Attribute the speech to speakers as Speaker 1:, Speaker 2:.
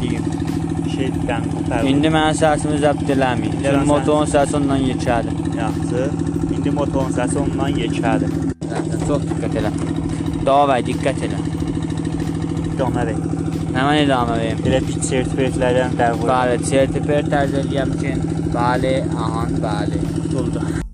Speaker 1: diyeyim.
Speaker 2: Şeyden kurtardı.
Speaker 1: İndi mənə səsimi zəbt eləməyin.
Speaker 2: Sən-
Speaker 1: Sən motorun səsi ondan yekədir.
Speaker 2: Yaxşı. İndi motorun səsi ondan yekədir.
Speaker 1: Çox diqqət elə. Davay, diqqət elə.
Speaker 2: Dönərək.
Speaker 1: Həmən edamə verim.
Speaker 2: Belə pit sertifikatlardan dərvur
Speaker 1: Bəli, sertifikat tərz eləyəm ki, bəli, ahan, bəli.
Speaker 2: tutuldu.